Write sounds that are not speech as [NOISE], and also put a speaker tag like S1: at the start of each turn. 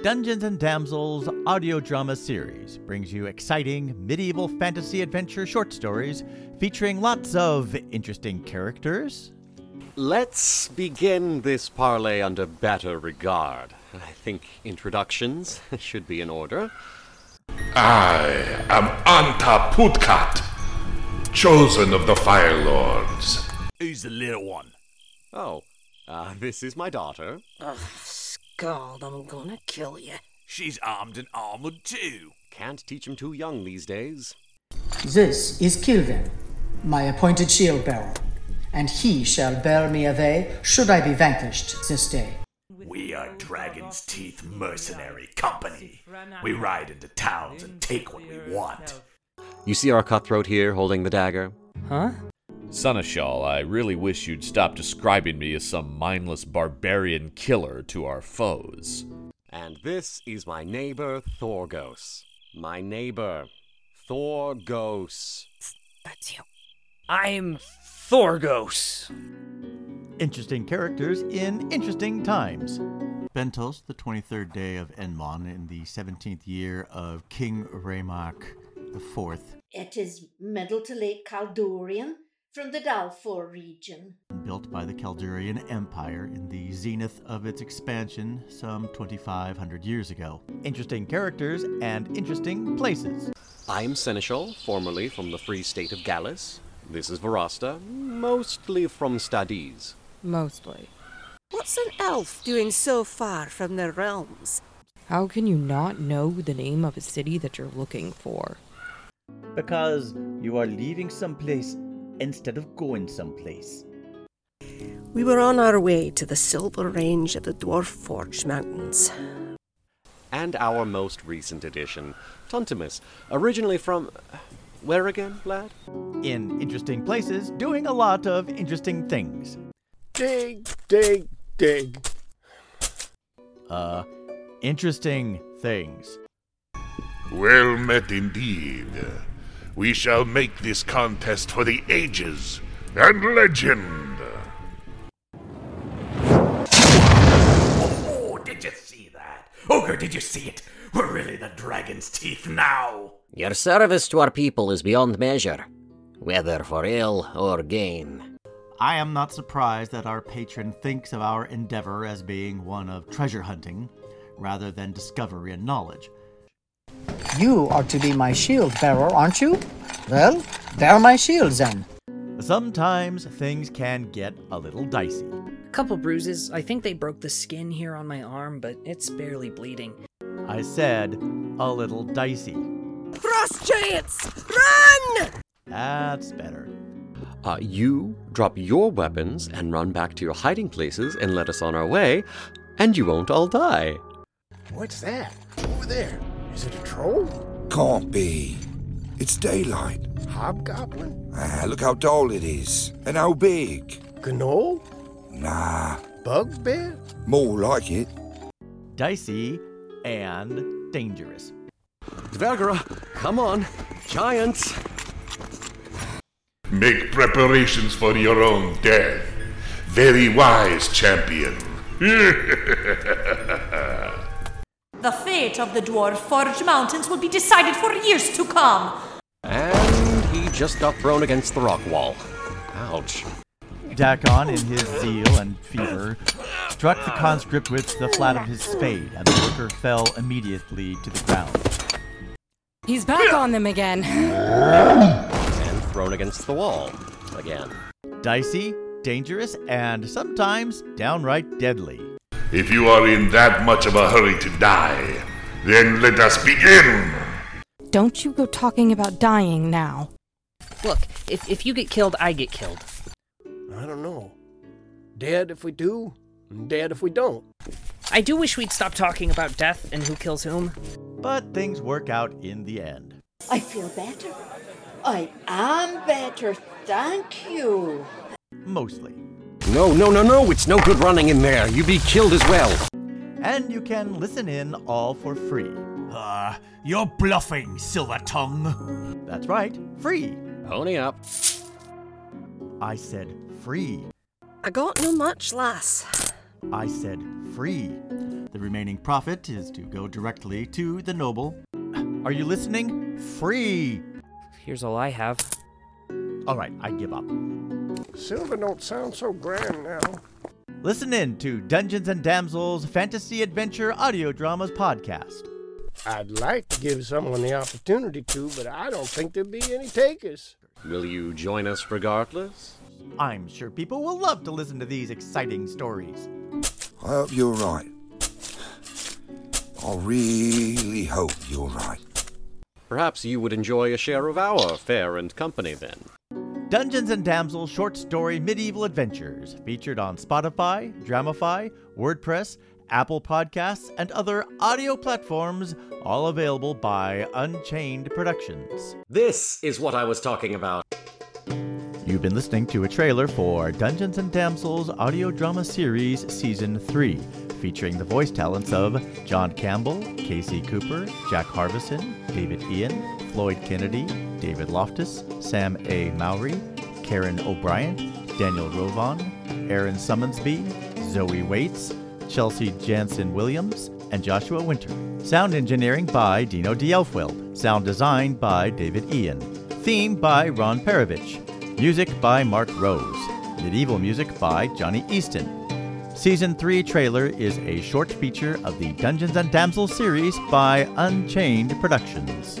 S1: Dungeons and Damsels audio drama series brings you exciting medieval fantasy adventure short stories featuring lots of interesting characters.
S2: Let's begin this parley under better regard. I think introductions [LAUGHS] should be in order.
S3: I am Anta Putkat, chosen of the Fire Lords.
S4: Who's the little one?
S2: Oh, uh, this is my daughter.
S5: Ugh, Scald, I'm gonna kill you.
S4: She's armed and armored too.
S2: Can't teach 'em too young these days.
S6: This is Kilvin, my appointed shield bearer, and he shall bear me away should I be vanquished this day.
S4: We are Dragon's Teeth Mercenary Company. We ride into towns and take what we want.
S2: You see our cutthroat here holding the dagger?
S7: Huh?
S8: Sunashal, I really wish you'd stop describing me as some mindless barbarian killer to our foes.
S2: And this is my neighbor, Thorgos. My neighbor, Thorgos.
S5: That's you.
S7: I'm Thorgos.
S1: Interesting characters in interesting times. Bentos, the 23rd day of Enmon in the 17th year of King Ramak IV,
S9: It is middle to late Caldurian from the Dalfor region.
S1: built by the Caldurian Empire in the zenith of its expansion some 2,500 years ago. Interesting characters and interesting places.
S2: I'm Seneschal, formerly from the Free State of Gallus. This is Verasta, mostly from Stades.
S10: Mostly.
S5: What's an elf doing so far from their realms?
S10: How can you not know the name of a city that you're looking for?
S1: Because you are leaving someplace instead of going someplace.
S5: We were on our way to the Silver Range of the Dwarf Forge Mountains.
S2: And our most recent addition, Tuntimus, originally from. Where again, lad?
S1: In interesting places, doing a lot of interesting things.
S2: Dig, dig, dig.
S1: Uh, interesting things.
S3: Well met indeed. We shall make this contest for the ages and legend.
S4: Oh, did you see that? Ogre, did you see it? We're really the Dragon's Teeth now.
S11: Your service to our people is beyond measure, whether for ill or gain.
S1: I am not surprised that our patron thinks of our endeavor as being one of treasure hunting rather than discovery and knowledge.
S6: You are to be my shield bearer, aren't you? Well, bear my shield then.
S1: Sometimes things can get a little dicey.
S7: Couple bruises. I think they broke the skin here on my arm, but it's barely bleeding.
S1: I said, a little dicey.
S5: Frost Giants! Run!
S1: That's better.
S2: Uh, you drop your weapons and run back to your hiding places and let us on our way, and you won't all die.
S12: What's that? Over there. Is it a troll? Can't be. It's daylight. Hobgoblin? Ah, look how tall it is. And how big. Gnoll? Nah. Bugbear? More like it.
S1: Dicey and dangerous.
S2: Dvergara, come on. Giants!
S3: Make preparations for your own death. Very wise, champion. [LAUGHS]
S9: The fate of the Dwarf Forge Mountains will be decided for years to come.
S2: And he just got thrown against the rock wall. Ouch.
S1: Dakon, in his zeal and fever, struck the conscript with the flat of his spade, and the worker fell immediately to the ground.
S10: He's back on them again.
S2: And thrown against the wall. Again.
S1: Dicey, dangerous, and sometimes downright deadly.
S3: if you are in that much of a hurry to die, then let us begin.
S10: Don't you go talking about dying now.
S7: Look, if, if you get killed, I get killed.
S12: I don't know. Dead if we do, and dead if we don't.
S7: I do wish we'd stop talking about death and who kills whom.
S1: But things work out in the end.
S9: I feel better. I am better, thank you.
S1: Mostly.
S2: No, no, no, no! It's no good running in there. You'd be killed as well.
S1: And you can listen in all for free. Uh, you're bluffing, Silver Tongue. That's right, free.
S2: Pony up.
S1: I said free.
S5: I got no much, lass.
S1: I said free. The remaining profit is to go directly to the noble. Are you listening? Free.
S13: Here's all I have.
S1: All right, I give up.
S14: Silver don't sound so grand now.
S1: Listen in to Dungeons and Damsels Fantasy Adventure Audio Dramas podcast.
S14: I'd like to give someone the opportunity to, but I don't think there'd be any takers.
S2: Will you join us regardless?
S1: I'm sure people will love to listen to these exciting stories.
S12: I hope you're right. I really hope you're right.
S2: Perhaps you would enjoy a share of our fare and company then.
S1: Dungeons and Damsels Short Story Medieval Adventures, featured on Spotify, Dramify, WordPress, Apple Podcasts, and other audio platforms, all available by Unchained Productions.
S2: This is what I was talking about.
S1: You've been listening to a trailer for Dungeons and Damsels audio drama series season 3, featuring the voice talents of John Campbell, Casey Cooper, Jack Harbison, David Ian, Floyd Kennedy, David Loftus, Sam A. Mowry, Karen O'Brien, Daniel Rovan, Aaron Summonsby, Zoe Waits, Chelsea Jansen Williams, and Joshua Winter. Sound engineering by Dino D'Elfweld. Sound design by David Ian. Theme by Ron Perovich. Music by Mark Rose. Medieval music by Johnny Easton. Season 3 trailer is a short feature of the Dungeons and Damsels series by Unchained Productions.